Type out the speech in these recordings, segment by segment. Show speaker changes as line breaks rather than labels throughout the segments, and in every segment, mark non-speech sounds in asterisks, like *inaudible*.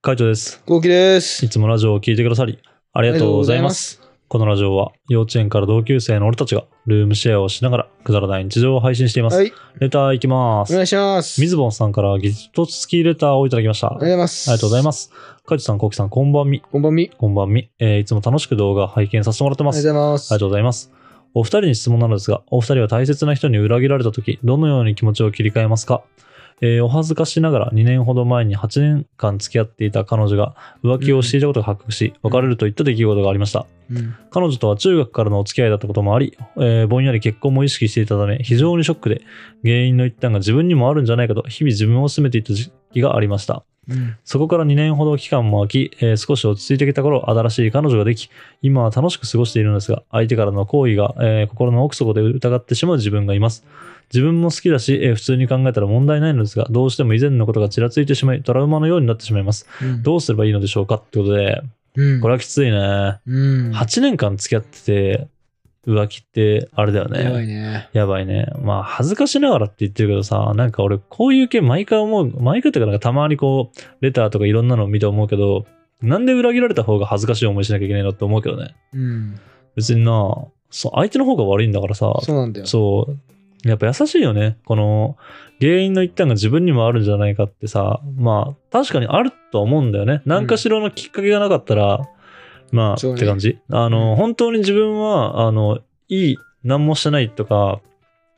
カイトです。
ゴーキです
い。つもラジオを聞いてくださり、ありがとうございます。このラジオは、幼稚園から同級生の俺たちが、ルームシェアをしながら、くだらない日常を配信しています。
はい、
レターいきま
お願
す。
いします。
みずぼんさんからギフト付きレターをいただきました。あ
ありがとうございます。。
りがとうございますす。カイトさん、コウキさん、こんばんみ。
こんばんみ。あり
こんばんみ。えーいつも楽しく動画拝見させてもらってま
がとう
す。
ございま
あり
す
が。とうございます。お二人に質問なのですが、お二人は大切な人に裏切られた時、どのように気持ちを切り替えますか、えーお恥ずかしながら2年ほど前に8年間付き合っていた彼女が浮気をしていたことが発覚し、
うん
別れるといった出来事がありました。
うん
彼女とは中学からのお付き合いだったこともあり、えーぼんやり結婚も意識していたため、非常にショックで、原因の一端が自分にもあるんじゃないかと、日々自分を責めていた時期がありました。
うん
そこから2年ほど期間も空き、えー少し落ち着いてきた頃、新しい彼女ができ、今は楽しく過ごしているのですが、相手からの好意が、えー心の奥底で疑ってしまう自分がいます。自分も好きだし、えー普通に考えたら問題ないのですが、どうしても以前のことがちらついてしまい、トラウマのようになってしまいます。
うん
どうすればいいのでしょうかってことで、
うん
これはきついね。
うん
8年間付き合ってて、浮気って、あれだよね。
やばいね。
やばいね。まあ、恥ずかしながらって言ってるけどさ、なんか俺、こういう系毎回思う、毎回っていうか、なんかたまにこう、レターとかいろんなの見て思うけど、なんで裏切られた方が恥ずかしい思いしなきゃいけないのって思うけどね。
うん。
別にな、そう相手の方が悪いんだからさ、
そうなんだよ。
そう。やっぱ優しいよね。この、原因の一端が自分にもあるんじゃないかってさ、まあ、確かにあるとは思うんだよね。何かしらのきっかけがなかったら、まあ、
そうね
って感じ。あの、本当に自分は、あの、いい、何もしてないとか、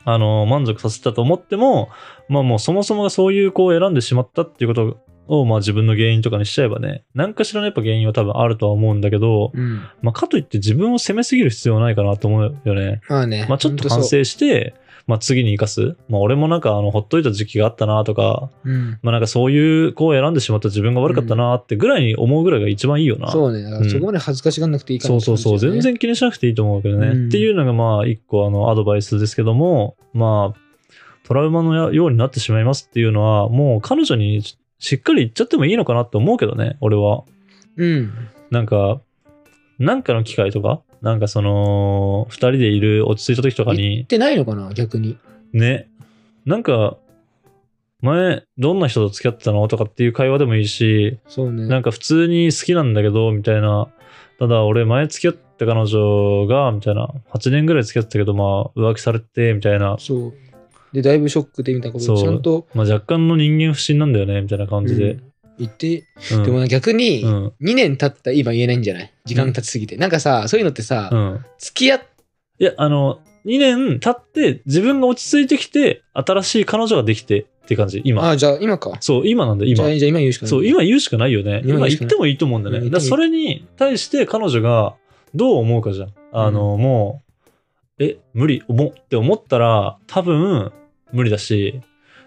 あの、満足させたと思っても、まあもうそもそもがそういう子を選んでしまったっていうことを、まあ自分の原因とかにしちゃえばね、何かしらのやっぱ原因は多分あるとは思うんだけど、
うん。
まあかといって自分を責めすぎる必要はないかなと思うよね。
まあね。
まあ、ちょっと反
ほんそ
省
う。
して、まあ、次に生かす、まあ、俺もなんかあのほっといた時期があったなとか,、
うん。
まあ、なんかそういう子を選んでしまった自分が悪かったなってぐらいに思うぐらいが一番いいよな。
そうね。だか
うん
らそこまで恥ずかしがんなくていいか
そ
ら
うそうそう全。然気にしなくていいと思うけどね。
うん
っていうのがまあ一個あのアドバイスですけども、まあ、トラウマのようになってしまいますっていうのはもう彼女にしっかり言っちゃってもいいのかなって思うけどね俺は。
うん。
なんかなんかの機会とかなんかその2人でいる落ち着いた時とかに
言ってないのかな、逆に。
ね。なんか、前、どんな人と付き合ってたのとかっていう会話でもいいし、
そうね。
なんか普通に好きなんだけど、みたいな。ただ、俺、前付き合った彼女が、みたいな。8年ぐらい付き合ってたけど、まあ、浮気されて、みたいな。
そう。で、だいぶショックでみたいなこと
そう
をちゃんと
まあ、若干の人間不信なんだよね、みたいな感じ
う
で。
ん言って。
うん。
でもな逆に、
うん。
2年経った今言えないんじゃない時間経ちすぎて。なんかさ、そういうのってさ、
うん。
付き合っ
いや、あの、2年経って、自分が落ち着いてきて、新しい彼女ができてって感じ、今。
あ、じゃあ今か。
そう、今なんだ、
じ
今
ゃあ。じゃあ今言うしかない。
そう、今言うしかないよね。
今
今
言うし
言って
かない
もいいと思うんだよね。
うん
だからそれに対して彼女がどう思うかじゃん。あの、もう、え、無理、思って思ったら、多分無理だし、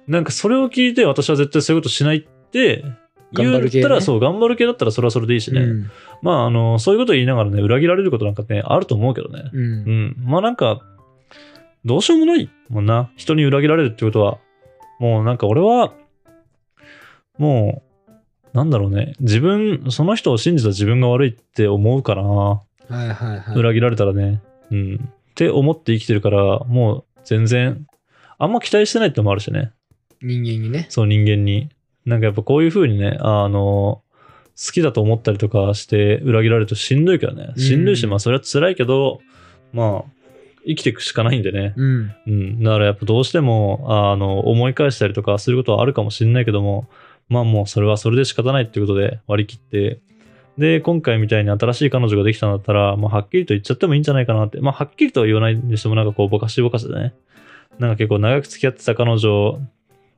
なんかそれを聞いて私は絶対そういうことしないって、言
頑張る系ね
ったら、そう、頑張る系だったらそれはそれでいいしね。
うん
まあ、あの、そういうこと言いながらね、裏切られることなんかね、あると思うけどね。
うん
う。ん。まあなんか、どうしようもないもんな。人に裏切られるってことは、もうなんか俺は、もう、なんだろうね。自分、その人を信じた自分が悪いって思うかな。
はいはいはい。
裏切られたらね。うん。って思って生きてるから、もう全然、あんま期待してないってのもあるしね。
人間にね。
そう人間に。なんかやっぱこういう風にね、あの、好きだと思ったりとかして裏切られるとしんどいからね。
うん
しんどいし、まあそれは辛いけど、まあ、生きていくしかないんでね。
うん。
うん。だからやっぱどうしても、あの、思い返したりとかすることはあるかもしんないけども、まあもうそれはそれで仕方ないってことで割り切って、で、今回みたいに新しい彼女ができたんだったら、まあはっきりと言っちゃってもいいんじゃないかなって。まあはっきりとは言わないにしてもなんかこうぼかしぼかしでね。なんか結構長く付き合ってた彼女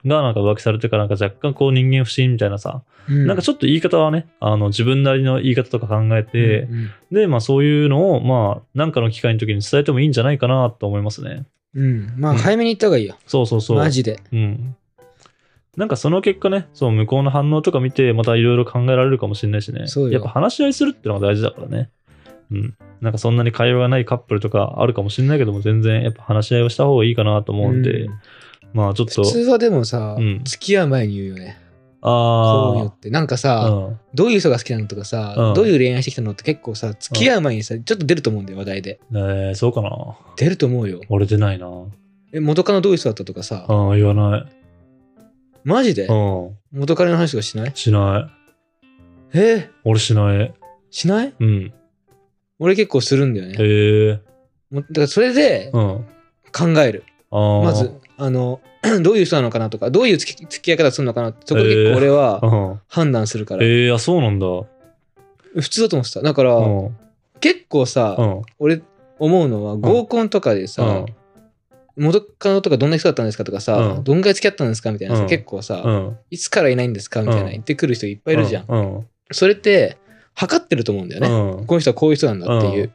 がなんか浮気されてからなんか若干こう人間不信みたいなさ、なんか
ょっ
ちょっと言い方はね、あの自分なりの言い方とか考えて、
うん
で、まあそういうのをまあなんかの機会の時に伝えてもいいんじゃないかなと思いますね。
うん。うんま
うん
あ、早めに行った方がいいよ。
そうそうそう。
マジで。
うん。なんかその結果ね、そう向こうの反応とか見て、またいろいろ考えられるかもしれないしね。
そうよ
やっぱ話し合いするってのが大事だからね。うん。なんかそんなに会話がないカップルとかあるかもしれないけども、全然やっぱ話し合いをした方がいいかなと思うんで、
うん
まあちょっ
普
と、
通はでもさ
うん、
付き合う前に言うよね。こういうの
あ
って。なんか
あ、
さ、
うん
どういう人が好きなのとか
うん
さ、どういう恋愛してきたのって結構さ、付き合う前にさ、ちょっと出ると思うんだよ、話題で。
えーそうかな。
出ると思うよ。
俺出ないな。う
え、元カノどういう人だったとかさ、
ん、言わない。
マジで
うん、
元カノの話とかしない
しな
えー、
俺しない。
しない
うん。
俺結構するんだよ
へ
ね。
え。
もうだからそれで
うん。
考える。
あー
まず。、あの、 *clears throat* どういう人なのかなとか、どういう付き付き合い方するのかなって、そこで結
えー
構俺
う
は
ん。
判断するから。
ええ、あ、そうなんだ。う
普通だと思ってた。だから、
ん。うん。
結構さ、
うん。
俺思うのは合コンとかでさ、元カノとかどんな人だったんですかとかさ、
うん
どんぐらい付き合ったんですかみたいなさ、
うん
結構さ、
うん。
いつからいないんですかみたいな言ってくる人いっぱいいるじゃん。
うん。
それって測ってると思うんだよ
う
ね、
ん。
この人はこういう人なんだっていう。
うん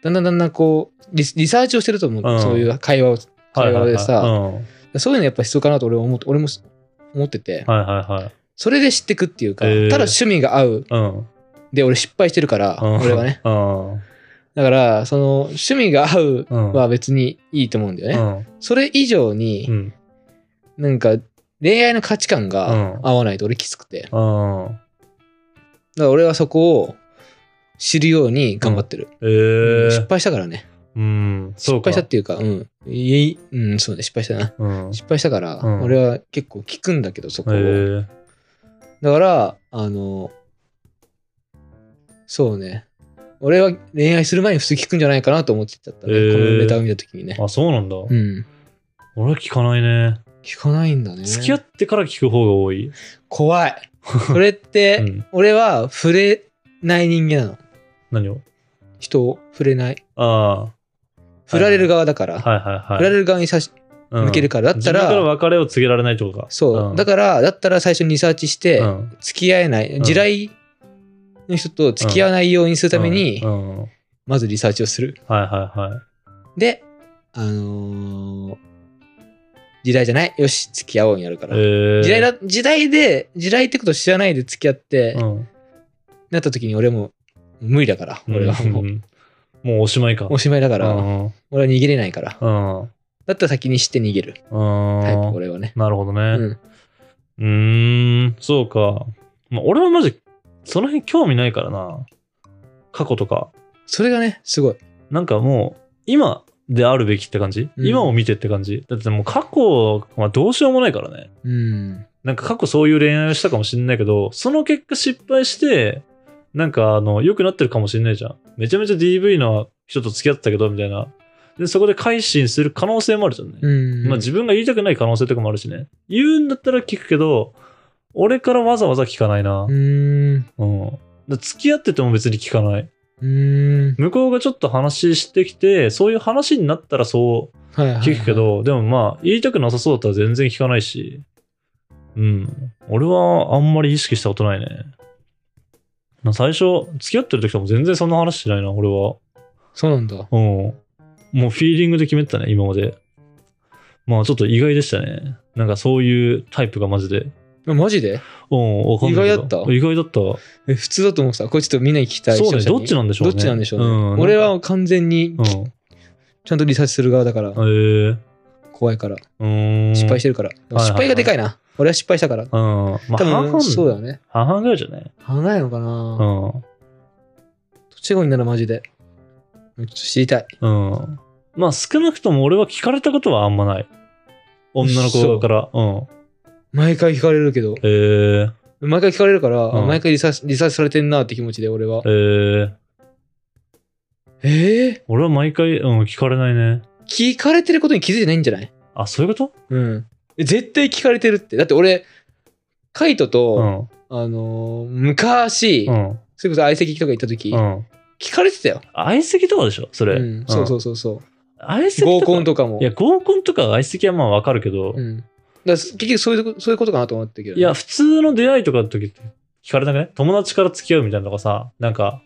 だんだんだんだんこうリリサーチをしてると思う、
うん
そういう会話を会話でさ、
はいはいはい
そういうのやっぱ必要かなと俺は思って俺も思ってて、
うん。はいはいはい。
それで知ってくっていうか、
えー
ただ趣味が合う
うん。
で俺失敗してるから、
うん
俺はね。
うん。
だからその趣味が合う
うん。
は別にいいと思うんだよね、
うん。
それ以上に、
うん。
なんか恋愛の価値観が
うん
合わないと俺きつくて、だか
うん。
ら俺はそこを知るように頑張ってる、
え
うん
え。
失敗したからね
うん。そ
失
うか。
敗したっていうかうんいいうんそうね失敗したな
うん。
失敗したから、
うん
俺は結構聞くんだけどそこを、
ええ。
だからあのそうね俺は恋愛する前に普通聞くんじゃないかなと思ってたったね、
へー
このネタを見た時にね
あ、そうなんだ。
うん
俺は聞かないね。
聞かないんだね
付き合ってから聞く方が多い。 *laughs*
怖いそれっ
う
て
ん。
俺は触れない人間なの
何を
人を触れない
あ
振られる側だから、
あ。はいはいはい。
振られる側に差し
うん
向けるから、だった
自分から
ら
別れを告げられないってことか。
そう、だ
か
からだったら最初にリサーチして、
うん
付き合えない
ん
地雷の人と付き合わないようにするために、
うんうんはい
まずリサーチをする
はいはい。
であのー地雷じゃないよし付き合おうになるから、
えー、
地雷だ地雷で地雷ってことを知らないで付き合って、
うん、
なった時に俺もう無理だから俺はもう、
んもうおしまいか。
おしまいだから、
うん
俺は逃げれないから
うん。うん
だったら先に知って逃げるタイプ俺はね
なるほど
う
ね。
ん
うーん、そうか。まあ、俺はマジ、その辺興味ないからな。過去とか。
それがねすごい
なんかもう、今であるべきって感じ、
うん
今を見てって感じだってもう過去はどうしようもないからね。
うん
なんか過去そういう恋愛をしたかもしれないけど、その結果失敗して、なんかあの、良くなってるかもしれないじゃん。めちゃめちゃ DV の人と付き合ってたけど、みたいな。で、そこで改心する可能性もあるじゃんね。
うん
まあ自分が言いたくない可能性とかもあるしね。言うんだったら聞くけど、俺からわざわざ聞かないな。
うーん
うん。だ付き合ってても別に聞かない。
うーん
向こうがちょっと話してきて、そういう話になったらそう
はいはいはい
聞くけど、でもまあ、言いたくなさそうだったら全然聞かないし、うん。俺はあんまり意識したことないね。な最初、付き合ってる時とかも全然そんな話しないな、俺は。
そうなんだ
うん。もうフィーリングで決めてたね、今まで。まあちょっと意外でしたね。なんかそういうタイプがマジで。
えマジで
うん、わかんないけど
意外だった
意外だった。
え普通だと思ってたこれちょっとみんなに聞きたい
そうね、
視
ど
聴者
っ
に
ちなんでしょうね。
どっちなんでしょうね
ん
俺、は完全に
うん。え
ちゃんとリサーチする側だから
えー。
怖いから
うーん。
失敗してるから
はい
失敗がでかいな俺は失敗したから
うん。まあ、
多
半々
分、そうだよね
半々ぐらいじゃない
考えるのか
う。
なんどっちが多いんだろうマジでちょっと知りたい
うん。まあ少なくとも俺は聞かれたことはあんまない。女の子から。うん。
毎回聞かれるけど
えー、
毎回聞かれるから、
うん
毎回リサーチリサーチされてんなって気持ちで俺は
えー、
えー、
俺は毎回、うん、聞かれないね。
聞かれてることに気づいてないんじゃない
あ、そういうこと
うん。え絶対聞かれてるって。だって俺、カイト
う
と、
ん。
あのー昔、
うん。
それこそ相席とか行った時、
うん。
聞かれてたよ。
相席とかでしょそれ。。
うん。そうそううそうそう。
相席と
合
か。
コンとかも。
いや、合コンとか相席はまあわかるけど、
うん。だから結局そういうとこそういうことかなと思ってたけど、
いや、、普通の出会いとかの時って聞かれなくない友達から付き合うみたいなのとかさ、なんか、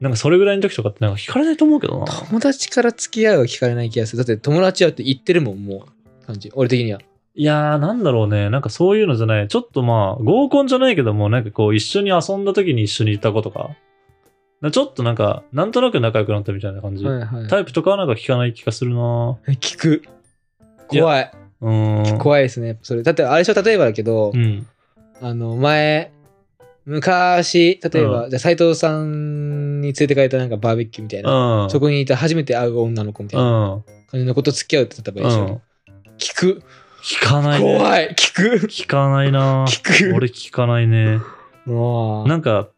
なんかそれぐらいの時とかってなんか聞かれないと思うけどな。
友達から付き合いは聞かれない気がする。だって友達はって言ってるもん、もう。感じ。俺的には。
いやー、なんだろうね。なんかそういうのじゃない。ちょっとまあ、合コンじゃないけども、なんかこう、一緒に遊んだ時に一緒にいた子とか。なちょっとなんか、なんとなく仲良くなったみたいな感じ。
はいは。
タイプとかはなんか聞かない気がするない
聞く。怖い。
うーん。
怖いですね。やっぱそれ。だって、あれでしょ、例えばだけど、
うん。
あの、前、昔、例えば、
う
じゃあ斉藤さんに連れてかれたなんかバーベキューみたいな。
うん。
そこにいた初めて会う女の子みた
う。
いなん
うん。
感じのこと付き合うって例えばいいでしょ。聞く。
聞かないね。
怖い。聞く。
聞かないな *laughs*
聞く。
俺聞かないね。
もう。
なんか、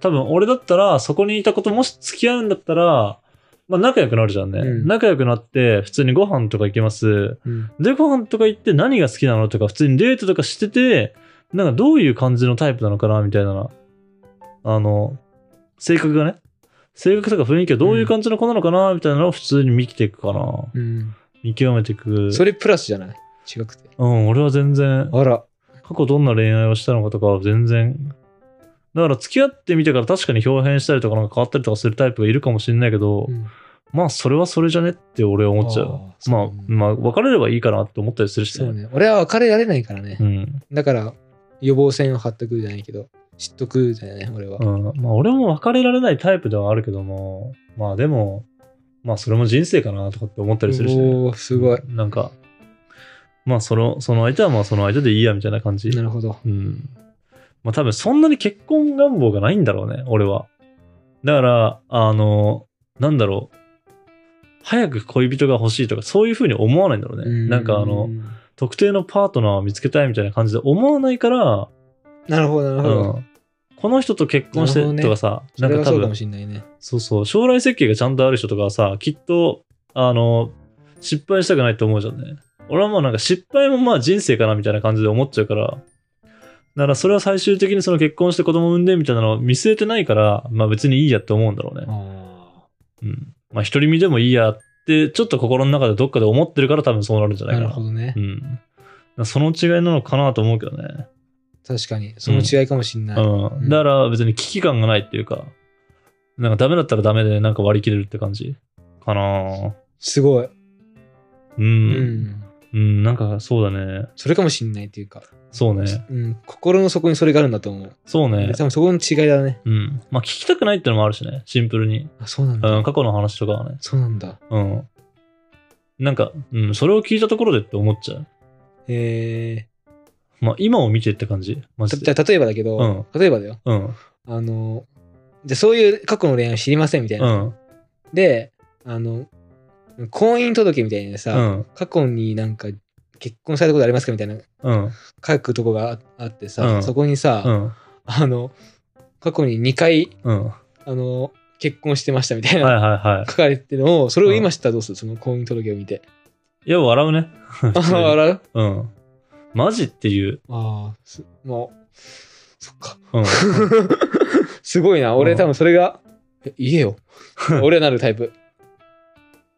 多分俺だったら、そこにいたこともし付き合うんだったら、まあ仲良くなるじゃんね。
うん
仲良くなって、普通にご飯とか行きます。
うん
で、ご飯とか行って何が好きなのとか、普通にデートとかしてて、なんかどういう感じのタイプなのかなみたいな。あの、性格がね。性格とか雰囲気はどういう感じの子なのかなみたいなのを普通に見ていくかな。
うん。
見極めていく。
それプラスじゃない違くて。
うん、俺は全然、
あら。
過去どんな恋愛をしたのかとかは全然。だから付き合ってみてから確かに表変したりとかなんか変わったりとかするタイプがいるかもしれないけど、まあそれはそれじゃねって俺は思っちゃう。
あー
まあ
そう、
まあ別れればいいかなって思ったりするし
そうね。俺は別れられないからね
う。ん。
だから、予防線を張っとくじゃないけど、知っとくだよね、俺は。
うん。まあ俺も別れられないタイプではあるけども、まあでも、まあそれも人生かなとかって思ったりするしね。
おおすごい。
なんか、まあその、その相手はまあその相手でいいやみたいな感じ。
なるほど。
うん。まあ多分そんなに結婚願望がないんだろうね、俺は。だから、あの、なんだろう。早く恋人が欲しいとか、そういうふうに思わないんだろうね。なんかあ
う
の、
ん、
特定のパートナーを見つけたいみたいな感じで思わないから、
なるほど、なるほ
う
ど。
ん、この人と結婚し
なるほど
て
ね
とかさ、
それ
なん
は
か多
そうか
分
もしんないね。
そうそう、将来設計がちゃんとある人とかはさ、きっと、あの、失敗したくないと思うじゃんね。俺はもうなんか失敗もまあ人生かなみたいな感じで思っちゃうから、だからそれは最終的にその結婚して子供産んでみたいなのを見据えてないから、まあ別にいいやって思うんだろうね。
あ
うん。まあ独り身でもいいやって、ちょっと心の中でどっかで思ってるから多分そうなるんじゃ
あ
ない
な
かな。
るほどね
う。ん。だからその違いなのかなと思うけどね。
確かに。その違いかもしんない。
うん。だから別に危機感がないっていうか、なんかダメだったらダメでなんか割り切れるって感じかな
すごい。
う
うん。
ん。うん、なんかそうだね。
それかもしんないっていうか、
そうね。
うん、心の底にそれがあるんだと思う。
そうね
で。多分そこの違いだね。
うん。まあ聞きたくないってのもあるしね、シンプルに。
あ、そうなんだ。
うん、過去の話とかはね。
そうなんだ。
うん。なんか、うん、それを聞いたところでって思っちゃう。
え
まあ今を見てって感じ。マ
ー、た
ジ
じゃ
で。
あ例えばだけど、
うん
例えばだよ。
うん。
あの、じゃあそういう過去の恋愛を知りませんみたいうな。
ん。
で、あの、婚姻届みたいな
う
さ、
ん。
過去になんか結婚されたことありますかみたいな
うん。
書くとこがああってさ、
うん
そこにさ、
うん。
あの、過去に2回、
うん。は
あの、結婚してましたみたい
い
な、
はいは
書かれてるのを、それを今知ったらどうするその婚姻届を見て。
い。いや、笑うね。普
あ
通に
あ、 *laughs* 笑う
うん。マジっていう。
ああ、すもう、そっ
*laughs*
か。
うん。
すごいな。俺
うん
多分それが、え言
*laughs*
えよ。俺はなるタイプ。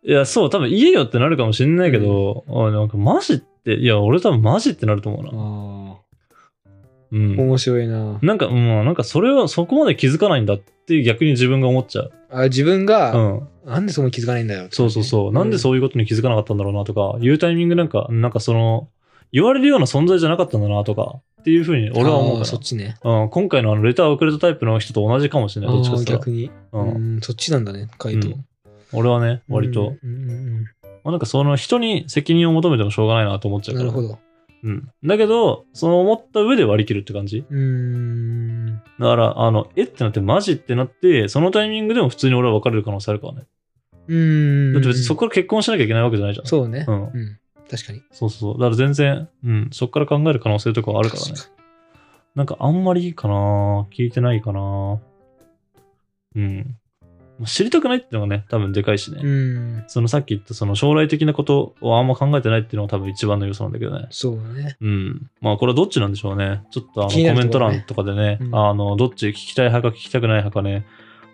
いや、そう、多分言えよってなるかもしんないけど、あなんかマジって、いや、俺多分マジってなると思うな。
あ
うん。
面白いな。
なんか、うん、なんかそれはそこまで気づかないんだって逆に自分が思っちゃう。
あ自
う
分が、
ん。
なんでそこに気づかないんだよ。
そうそうそう。なんでそういうことに気づかなかったんだろうなとか、いうタイミングなんか、なんかその、言われるような存在じゃなかったんだなとか、っていうふうに
うん
俺は思う
あー
か
そっちね。
ら。うん、今回のあのレターをくれたタイプの人と同じかもしれない、どっちか
あ
っ
ー
て言っ
逆に。
た
う
ら。うん
ん、そっちなんだね、回答。
うん俺はね、割と、
うん。うん
まあ、なんかその人に責任を求めてもしょうがないなと思っち
う
ゃ
ん
う
な
から
る
ね、
ほど。
うん。だけど、その思った上で割り切るって感じ。
うーん。
だから、あの、えってなって、マジってなって、そのタイミングでも普通に俺は別れる可能性あるからね。
うーん。
だって別にそこから結婚しなきゃいけないわけじゃないじゃん。
そうね。
うん
うん。確かに。
そうそう。だから全然、うん、そこから考える可能性とかはあるからね
確。
なんかあんまりいいかな聞いてないかなうん。知りたくないっていうのがね、多分でかいしね。
にうん。
そのさっき言ったその将来的なことをあんま考えてないっていうのが多分一番の要素なんだけどね。
そうだね。
うん。まあこれはどっちなんでしょうね。ちょっとあの
気にな
コメ
る
ン
と
ト
ころね
欄とかでね、
うん
あの、どっち聞きたい派か聞きたくない派かね、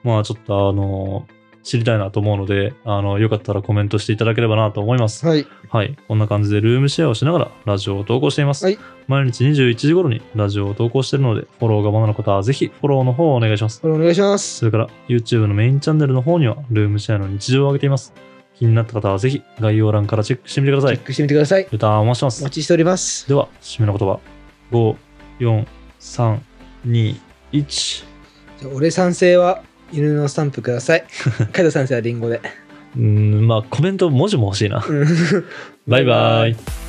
まあちょっとあの、知りたいなと思うので、あの、よかったらコメントしていただければなと思います。
はい。
はい。こんな感じでルームシェアをしながらラジオを投稿しています。
はい
毎日21時頃にラジオを投稿しているので、フォローがまだの方はぜひフォローの方をお願いします。
これお願いします。
それから YouTube のメインチャンネルの方にはルームシェアの日常を上げています。気になった方はぜひ概要欄からチェックしてみてくださ
チェ
い
ッ。クしてみてください。
レターお待ちしてま
お
す。
待ちしております。
では、締めの言葉。5、4、3、2、1。
じゃあ俺賛成は犬のスタンプくださ
*laughs*
い。カイド賛成はリンゴで。
うーん、まあコメント文字も欲しいな。
うん
バイバイ。